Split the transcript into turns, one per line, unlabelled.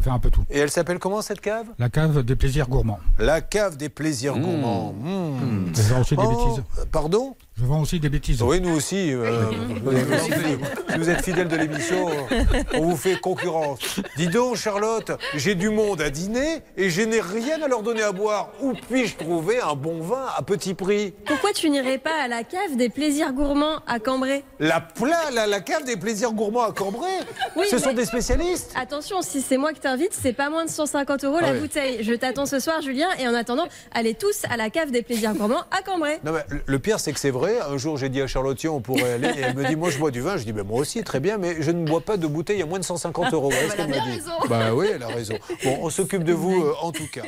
faire un peu tout.
Et elle s'appelle comment cette cave
La cave des plaisirs gourmands.
La cave des plaisirs gourmands. Mmh.
Je vends aussi des
Oh,
bêtises.
euh, pardon
Je vends aussi des bêtises.
Oui, nous aussi. euh, si vous êtes fidèles de l'émission, euh, on vous fait concurrence. Dis donc, Charlotte, j'ai du monde à dîner et je n'ai rien à leur donner à boire. Où puis-je trouver un bon vin à petit prix
Pourquoi tu n'irais pas à la cave des plaisirs gourmands à Cambrai
La, pla- la, la cave des plaisirs gourmands à Cambrai
Oui,
Ce sont
mais-
des spécialistes
Attention, si c'est moi que t'invite, c'est pas moins de 150 euros
Ah
la
oui.
bouteille. Je t'attends ce soir, Julien, et en attendant, allez tous à la cave des plaisirs gourmands à Cambrai.
Non, mais le- le pire, c'est que c'est vrai. Un jour, j'ai dit à Charlotte, tiens, on pourrait aller. Et elle me dit, moi, je bois du vin. Je dis, ben, moi aussi, très bien, mais je ne bois pas de bouteille à moins de 150 euros. Voilà ce qu'elle m'a dit. Bah oui, elle a raison. Bon, on s'occupe de vous, euh, en tout cas.